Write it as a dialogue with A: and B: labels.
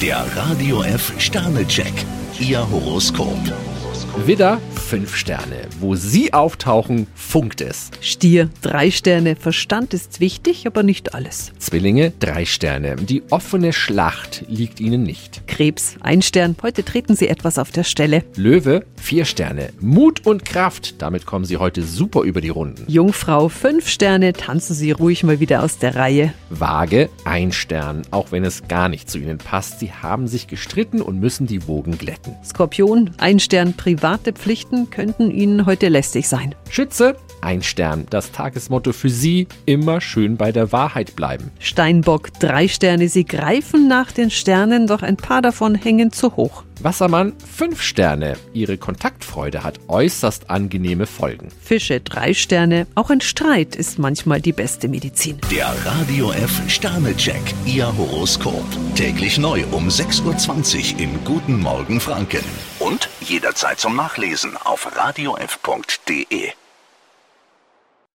A: Der Radio F Sternecheck. Ihr Horoskop.
B: Widder, 5 Sterne. Wo Sie auftauchen, funkt es.
C: Stier, drei Sterne. Verstand ist wichtig, aber nicht alles.
B: Zwillinge, 3 Sterne. Die offene Schlacht liegt Ihnen nicht.
C: Krebs, ein Stern. Heute treten Sie etwas auf der Stelle.
B: Löwe, 4 Sterne. Mut und Kraft, damit kommen Sie heute super über die Runden.
C: Jungfrau, fünf Sterne. Tanzen Sie ruhig mal wieder aus der Reihe.
B: Waage, 1 Stern. Auch wenn es gar nicht zu Ihnen passt, Sie haben sich gestritten und müssen die Wogen glätten.
C: Skorpion, ein Stern. Private Pflichten könnten Ihnen heute lästig sein.
B: Schütze, 1 Stern. Das Tagesmotto für Sie, immer schön bei der Wahrheit bleiben.
C: Steinbock, drei Sterne. Sie greifen nach den Sternen, doch ein paar davon hängen zu hoch.
B: Wassermann, 5 Sterne. Ihre Kontaktfreude hat äußerst angenehme Folgen.
C: Fische, drei Sterne. Auch ein Streit ist manchmal die beste Medizin.
A: Der Radio F Sternecheck. Ihr Horoskop. Täglich neu um 6.20 Uhr im Guten Morgen Franken. Und jederzeit zum Nachlesen auf radiof.de.